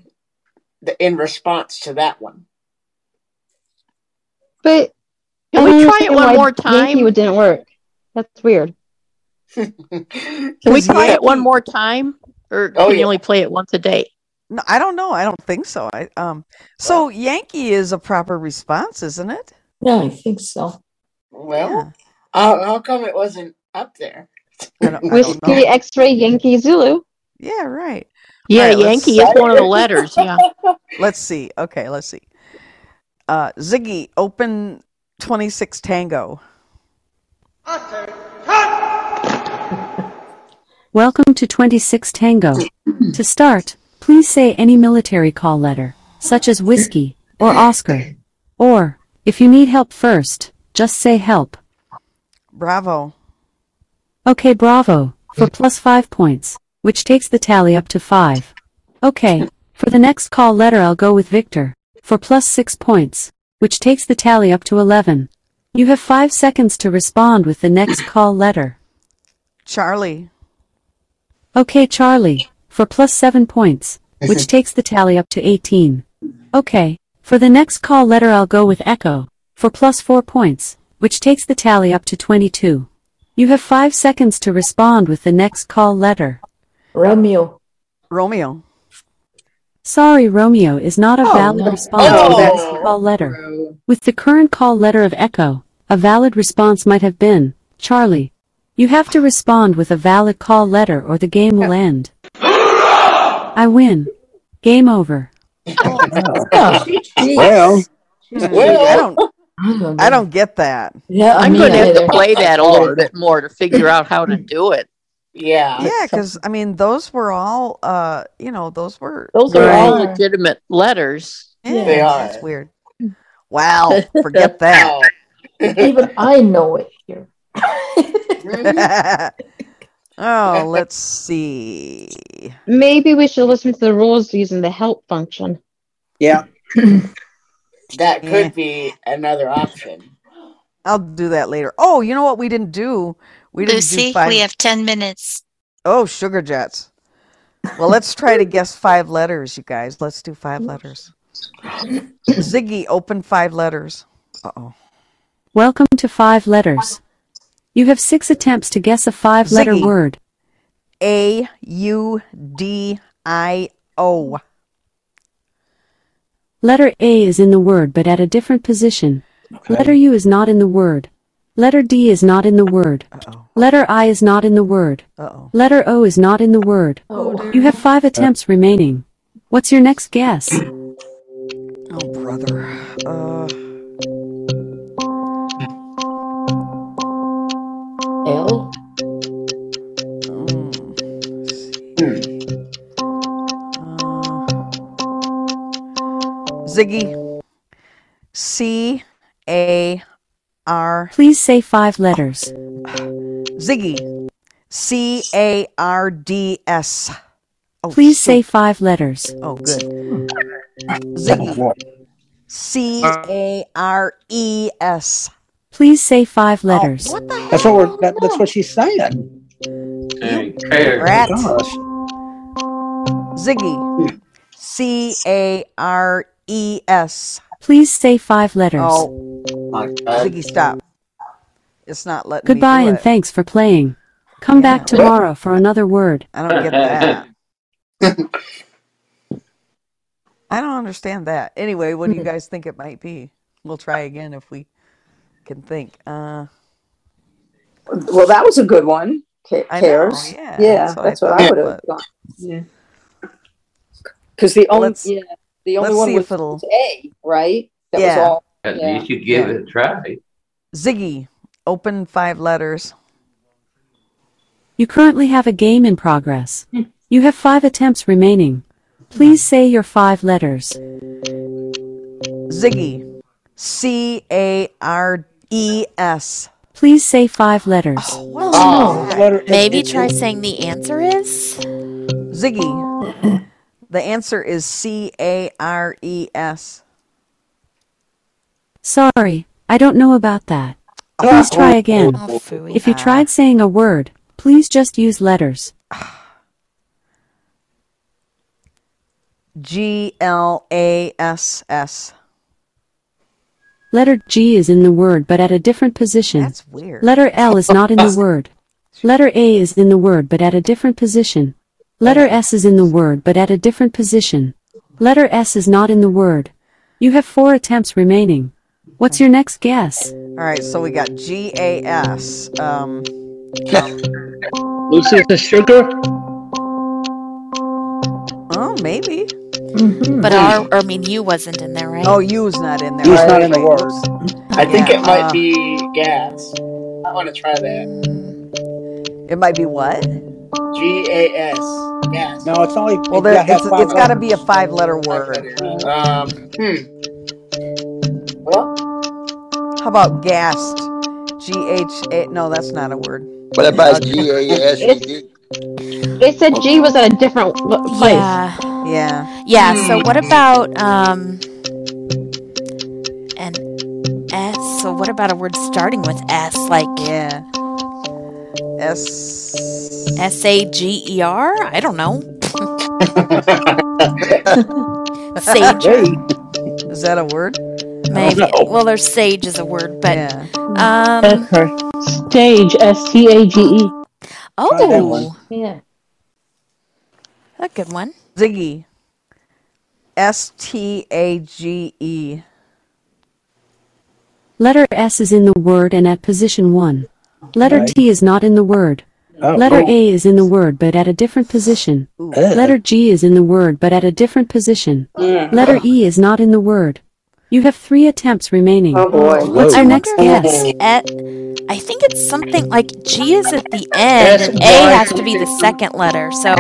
the, in response to that one. But Can we I don't Mm, try it understand one why more time? Yankee would- didn't work. That's weird. Can we try it one more time, or Oh, can you only play it once a day? No, I don't know. I don't think so. I um. So Yankee is a proper response, isn't it? Yeah, I think so. Well, how, how come it wasn't up there? I don't, I don't know. Whiskey X-ray Yankee Zulu. Yeah, right. Yeah, All right, let's- Yankee is one of the letters, yeah. let's see. Okay, let's see. Uh, Ziggy, open twenty six Tango. Welcome to 26 Tango. to start, please say any military call letter, such as whiskey or Oscar. Or, if you need help first, just say help. Bravo. Okay, bravo, for plus 5 points, which takes the tally up to 5. Okay, for the next call letter I'll go with Victor, for plus 6 points, which takes the tally up to 11. You have 5 seconds to respond with the next call letter. Charlie. Okay, Charlie, for plus 7 points, which takes the tally up to 18. Okay, for the next call letter I'll go with Echo, for plus 4 points, which takes the tally up to 22. You have 5 seconds to respond with the next call letter. Romeo. Romeo. Sorry, Romeo is not a Oh, valid no. response to Oh. the next call letter. With the current call letter of Echo, a valid response might have been, Charlie. You have to respond with a valid call letter or the game will end. I win. Game over. Well, I don't. I don't get that. Yeah, I'm going to have to play that a little bit more to figure out how to do it. Yeah. Yeah, because I mean, those were all. Uh, you know, those were. Those are all legitimate letters. Yeah, They are. that's weird. Wow, forget that. Even I know it here. oh, let's see. Maybe we should listen to the rules using the help function. Yeah. that could be another option. I'll do that later. Oh, you know what we didn't do? We didn't Lucy, do five. we have ten minutes. Oh, sugar jets. Well, let's try to guess five letters, you guys. Let's do five letters. Ziggy, open five letters. Uh oh. Welcome to Five Letters. You have six attempts to guess a five letter Ziggy. word. A U D I O. Letter A is in the word but at a different position. Letter U is not in the word. Letter D is not in the word. Letter I is not in the word. Letter O is not in the word. Oh. You have five attempts remaining. What's your next guess? Oh, brother. Uh, L. Hmm. Uh, Ziggy. C A R. Please say five letters. Ziggy. C A R D S. Please say five letters. Oh, good. Ziggy. C A R E S. Please say five letters. That's what we're. That, that's what she's saying. Rat. Gosh. Ziggy. C A R E S. Please say five letters. Oh, Ziggy, stop. It's not letting Goodbye me do and it. thanks for playing. Come back tomorrow for another word. I don't get that. I don't understand that. Anyway, what do you guys think it might be? We'll try again if we can think. Uh, Well, that was a good one. Ca- I know, Cares. yeah, yeah, that's what I that's what I, thought, would have but- gone. Yeah. Because the only Let's- yeah, the only let's one see was if it'll- was A, right? That was Yeah. all. At Yeah. least you give it a try. Ziggy, open five letters. You currently have a game in progress. Hmm. You have five attempts remaining. Please say your five letters. Ziggy, C A R E S. Please say five letters. Oh. Oh. Maybe try saying the answer is? Ziggy, the answer is C A R E S. Sorry, I don't know about that. Please try again. Oh, phooey. If you tried saying a word, please just use letters. G L A S S. Letter G is in the word but at a different position. That's weird. Letter L is not in the word. Letter A is in the word but at a different position. Letter S is in the word but at a different position. Letter S is not in the word. You have four attempts remaining. What's your next guess? All right, so we got G A S. Um, Lucy the sugar. oh, maybe. Mm-hmm. But our, I mean, you wasn't in there, right? Oh, U's not in there. He's Right, not in the right. word. I think Yeah, it might uh, be gas. I want to try that. It might be what? G A S. Gas. No, it's only. Well, it there, has it's five it's got to be a letters. five-letter word. Um. Hmm. Well, How about gassed? G H A. No, that's not a word. What about Uh, G A S? You do They said G was at a different w- place. Yeah. yeah. Yeah, Hmm. so Hmm. what about um an S? So what about a word starting with S like Yeah. S S A G E R? I don't know. Sager. Is that a word? Maybe. Well, there's sage is a word, but Yeah. um Stage. S T A G E. oh, Yeah. a good one. Ziggy. S T A G E. Letter S is in the word and at position 1. Letter Right. T is not in the word. Oh, Letter cool. A is in the word but at a different position. Eh. Letter G is in the word but at a different position. Mm. Letter E is not in the word. You have three attempts remaining. Oh, boy. What's I your wonder next if guess? it's at, Eh, I think it's something like G is at the end and A has to be the second letter. So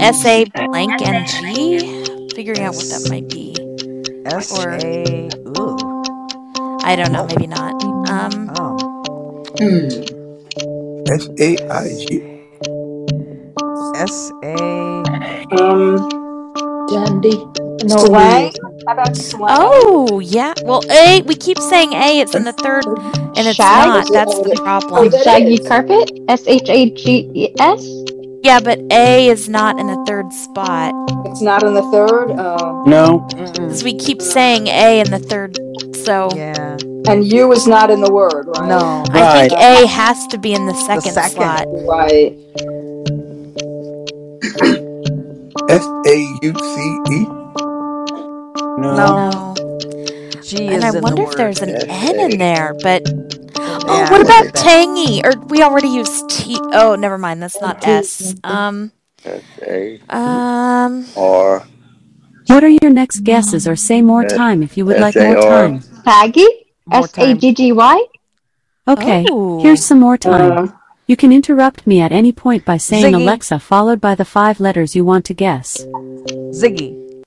S A blank and G, figuring out what that might be. S Or A. Ooh. I don't know, maybe not. Um, Oh. Hmm. S A I G. S A. Hmm. Um, Dandy. No, slang. D. How about slang? oh yeah. Well, A we keep saying A, it's in the third, and it's Shag? not. That's the Like problem. shaggy carpet? S H A G E S? Yeah, but A is not in the third spot Mm. It's not in the third. Oh. No. because we keep saying A in the third. So Yeah. And you is not in the word, right? No. I think A has to be in the second, second. slot. Right. S A U C E. No. G and I is in the wonder if there's an N in there, but oh, Yeah, what I about think that- tangy? Or we already used T. Oh, never mind. That's not S. Um, A um, R. What are your next guesses or say more time if you would like more S.A.R.. time? Saggy? S A G G Y? Uh. Okay, here's some more time. you can interrupt me at any point by saying Ziggy. Alexa followed by the five letters you want to guess. Ziggy.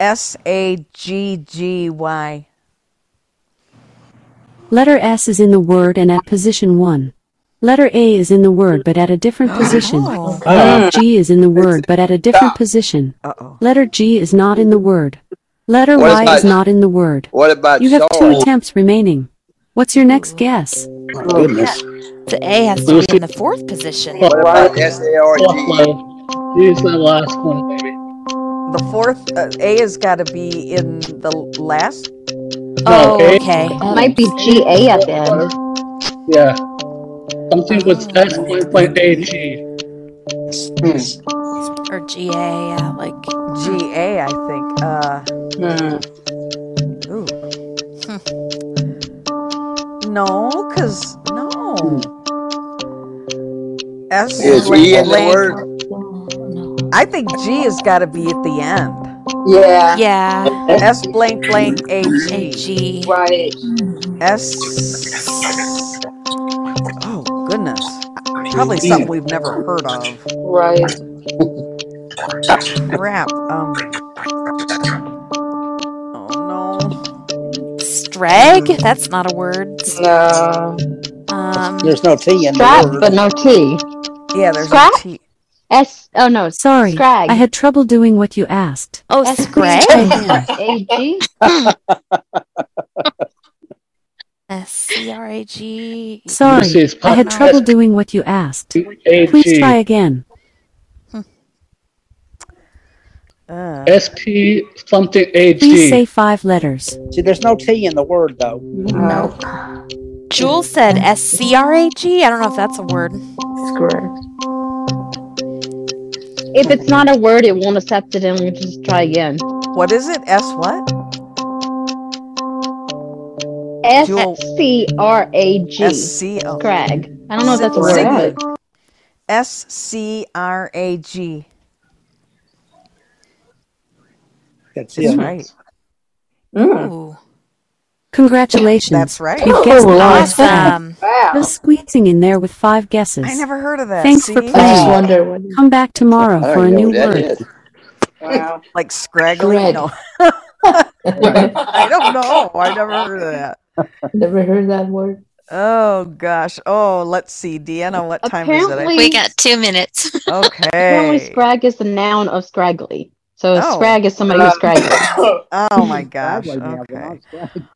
S A G G Y. Letter S is in the word and at position 1. Letter A is in the word but at a different position. Letter G is in the word but at a different position. Letter G is not in the word. Letter What Y about- is not in the word. What about You have two sorrow? attempts remaining. What's your next guess? goodness. Oh, the A has to be in the fourth position. What about S A R G? E? Use the last one, baby. The fourth uh, A has got to be in the last. Oh, No, A- It Oh, might be G A at the end. Yeah. Something Hmm. with S one point A G. Or G A, yeah, like G A, I think. Uh, ooh. No, cause no. S Is like E in the blank- word? I think G has got to be at the end. Yeah. Yeah. S blank blank A G. Right. Mm-hmm. S. Oh goodness. Probably something we've never heard of. Right. Crap. Um. Strag? That's not a word. No. Um, There's no T in Strap, the word. but no T. Yeah, there's no Scrap? T. S. Oh no, Sorry, Scrag. I had trouble doing what you asked. Oh, S- Scrag? A G. S C R A G. Sorry, I had No. trouble doing what you asked. Please try again. S P something A Please say G. five letters. See, there's no T in the word though. No. Jules said S C R A G. I don't know if that's a word. Scrag. If it's not a word, it won't accept it, and we'll just try again. What is it? S what? S Jewel. C R A G. S C O. Scrag. I don't know if that's a word. Ziggy. S C R A G. That's That's it. right. Ooh. Mm. Congratulations. That's right. You've guessed Oh, all seven. awesome. Wow. Just squeezing in there with five guesses. I never heard of that. Thanks for see? playing. Come back tomorrow I don't for a even know new what that word. is. Wow. like scraggly? No. I don't know. I never heard of that. Never heard that word. Oh gosh. Oh, let's see, Deanna. What time is it? Apparently- We got two minutes. Apparently, Okay. scrag is the noun of scraggly. So Oh. scrag is Um, somebody who's scraggly. Oh my gosh. Okay.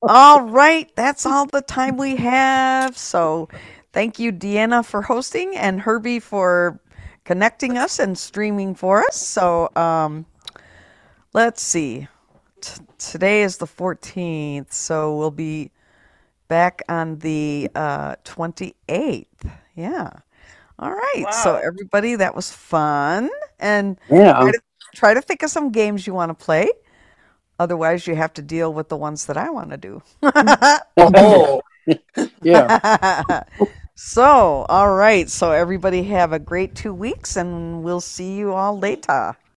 All right. That's all the time we have. So thank you, Deanna, for hosting and Herbie for connecting us and streaming for us. So um, let's see. T- today is the 14th. So we'll be back on the uh, 28th. Yeah. All right. So everybody, that was fun. And Yeah. try to, try to think of some games you want to play. Otherwise, you have to deal with the ones that I want to do. Oh. yeah. so, all right. So everybody have a great two weeks, and we'll see you all later.